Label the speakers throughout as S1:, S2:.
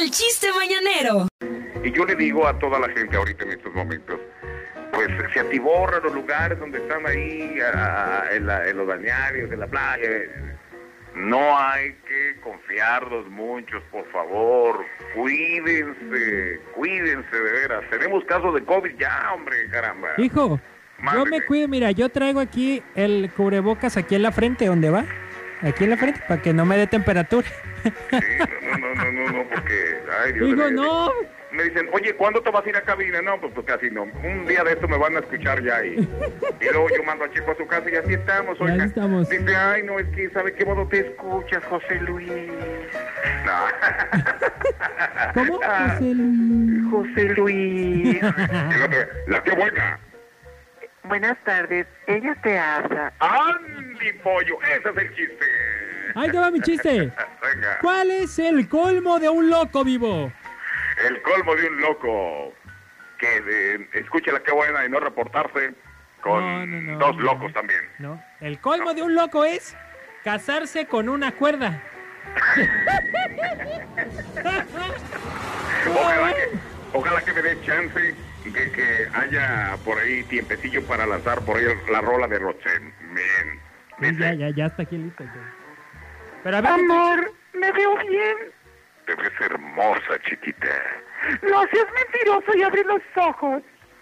S1: el chiste mañanero.
S2: Y yo le digo a toda la gente ahorita en estos momentos, pues se atiborran los lugares donde están ahí, a- a- en, la- en los bañarios, en la playa. No hay que confiarnos muchos, por favor. Cuídense, cuídense de veras. Tenemos casos de COVID ya, hombre, caramba.
S3: Hijo, yo
S2: Mándeme.
S3: me cuido, mira, yo traigo aquí el cubrebocas aquí en la frente, ¿dónde va? Aquí en la frente, para que no me dé temperatura.
S2: Sí, no, no, no, no, no, porque... Ay, Dios
S3: Hijo,
S2: de-
S3: no.
S2: Me dicen, oye, ¿cuándo te vas a ir a cabina? No, pues, pues, casi no. Un día de esto me van a escuchar ya ahí. Y luego yo mando a Checo a su casa y así estamos,
S3: Ya
S2: oiga.
S3: estamos.
S2: Dice, ay, no, es que, ¿sabe qué modo te escuchas, José Luis? No.
S3: ¿Cómo? Pues
S2: Ah.
S3: José Luis?
S4: José Luis.
S2: Y la otra, La que buena.
S4: Buenas tardes. Ella te habla.
S2: Andy Pollo, ese es el chiste.
S3: Ahí te va mi chiste.
S2: Venga,
S3: ¿Cuál es el colmo de un loco vivo?
S2: el colmo de un loco que eh, escucha la que buena y no reportarse con
S3: No, no, no,
S2: dos
S3: no.
S2: locos también.
S3: No, el colmo de un loco es casarse con una cuerda.
S2: Ojalá que, ojalá que me dé chance de que haya por ahí tiempecillo para lanzar por ahí la rola de Rochen. Bien.
S3: Sí,
S2: Dice,
S3: ya, ya, ya está aquí listo. ya. Pero a ver,
S4: Amor, me veo bien.
S2: te ves hermosa, chiquita.
S4: No seas mentiroso y abre los ojos.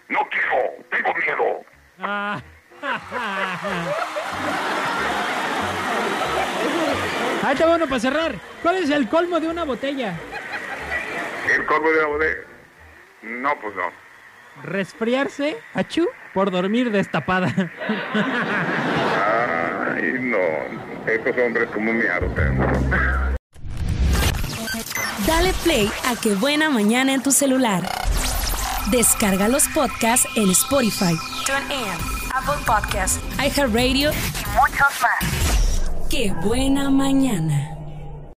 S2: No quiero, tengo miedo.
S3: Ah. Ahí está bueno para cerrar. ¿Cuál es el colmo de una botella?
S2: El colmo de la bodega. No, pues no.
S3: Resfriarse, achú, por dormir destapada.
S2: Ay, no. Estos hombres como me hartan.
S1: Dale play a Que Buena Mañana en tu celular. Descarga los podcasts en Spotify, TuneIn, Apple Podcasts, iHeartRadio y muchos más. Qué Buena Mañana.